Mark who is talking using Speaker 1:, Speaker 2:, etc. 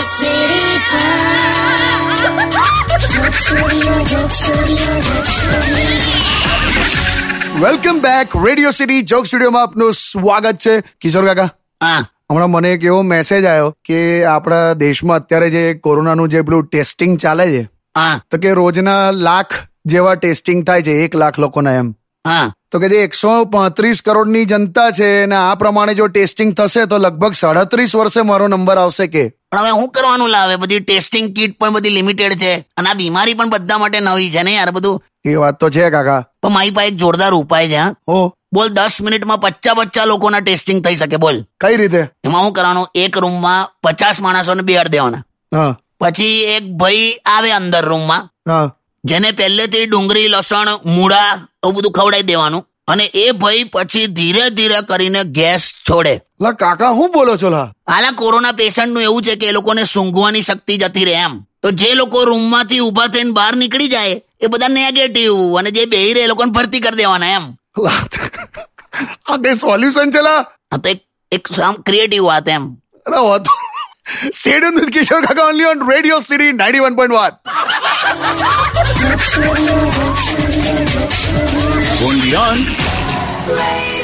Speaker 1: સીડી
Speaker 2: welcome back radio city joke સ્ટુડિયોમાં આપનું સ્વાગત છે કિશોર કાકા
Speaker 3: હા
Speaker 2: હમણાં મને એક એવો મેસેજ આવ્યો કે આપણા દેશમાં અત્યારે જે કોરોનાનું જે પેલું ટેસ્ટિંગ ચાલે છે
Speaker 3: હા
Speaker 2: તો કે રોજના લાખ જેવા ટેસ્ટિંગ થાય છે એક લાખ લોકોના એમ
Speaker 3: હા
Speaker 2: તો કે જે એકસો પાંત્રીસ કરોડની જનતા છે અને આ પ્રમાણે જો ટેસ્ટિંગ થશે તો લગભગ સાડત્રીસ વર્ષે મારો નંબર આવશે કે
Speaker 3: પણ હવે શું કરવાનું લાવે બધી ટેસ્ટિંગ કીટ પણ બધી લિમિટેડ છે અને આ બીમારી પણ બધા માટે નવી છે ને યાર બધું
Speaker 2: એ વાત તો છે કાકા
Speaker 3: પણ મારી પાસે એક જોરદાર ઉપાય છે હા
Speaker 2: હો
Speaker 3: બોલ દસ મિનિટમાં પચ્ચા પચ્ચા લોકોના ટેસ્ટિંગ થઈ શકે બોલ
Speaker 2: કઈ રીતે
Speaker 3: એમાં શું કરવાનું એક રૂમમાં પચાસ માણસોને બેહાડી દેવાના
Speaker 2: હા
Speaker 3: પછી એક ભાઈ આવે અંદર રૂમમાં
Speaker 2: હા
Speaker 3: જેને પહેલેથી ડુંગળી લસણ મૂળા એવું બધું ખવડાવી દેવાનું અને એ ભાઈ પછી ધીરે ધીરે કરીને ગેસ છોડે
Speaker 2: લા કાકા હું બોલો છો લા
Speaker 3: આલા કોરોના પેશન્ટનું એવું છે કે એ લોકોને સૂંઘવાની શક્તિ જતી રહે એમ તો જે લોકો રૂમમાંથી ઊભા થઈને બહાર નીકળી જાય એ બધા નેગેટિવ અને જે બેહી રહે એ લોકોને ભરતી કરી દેવાના એમ
Speaker 2: લા, આ બે સોલ્યુશન છે લા
Speaker 3: આ તો એક એક આમ ક્રિએટિવ વાત એમ
Speaker 2: અરે હોતો સ્ટેડિયમ વિથ કિશોર કાકા only on radio city ninety one point one
Speaker 1: Radio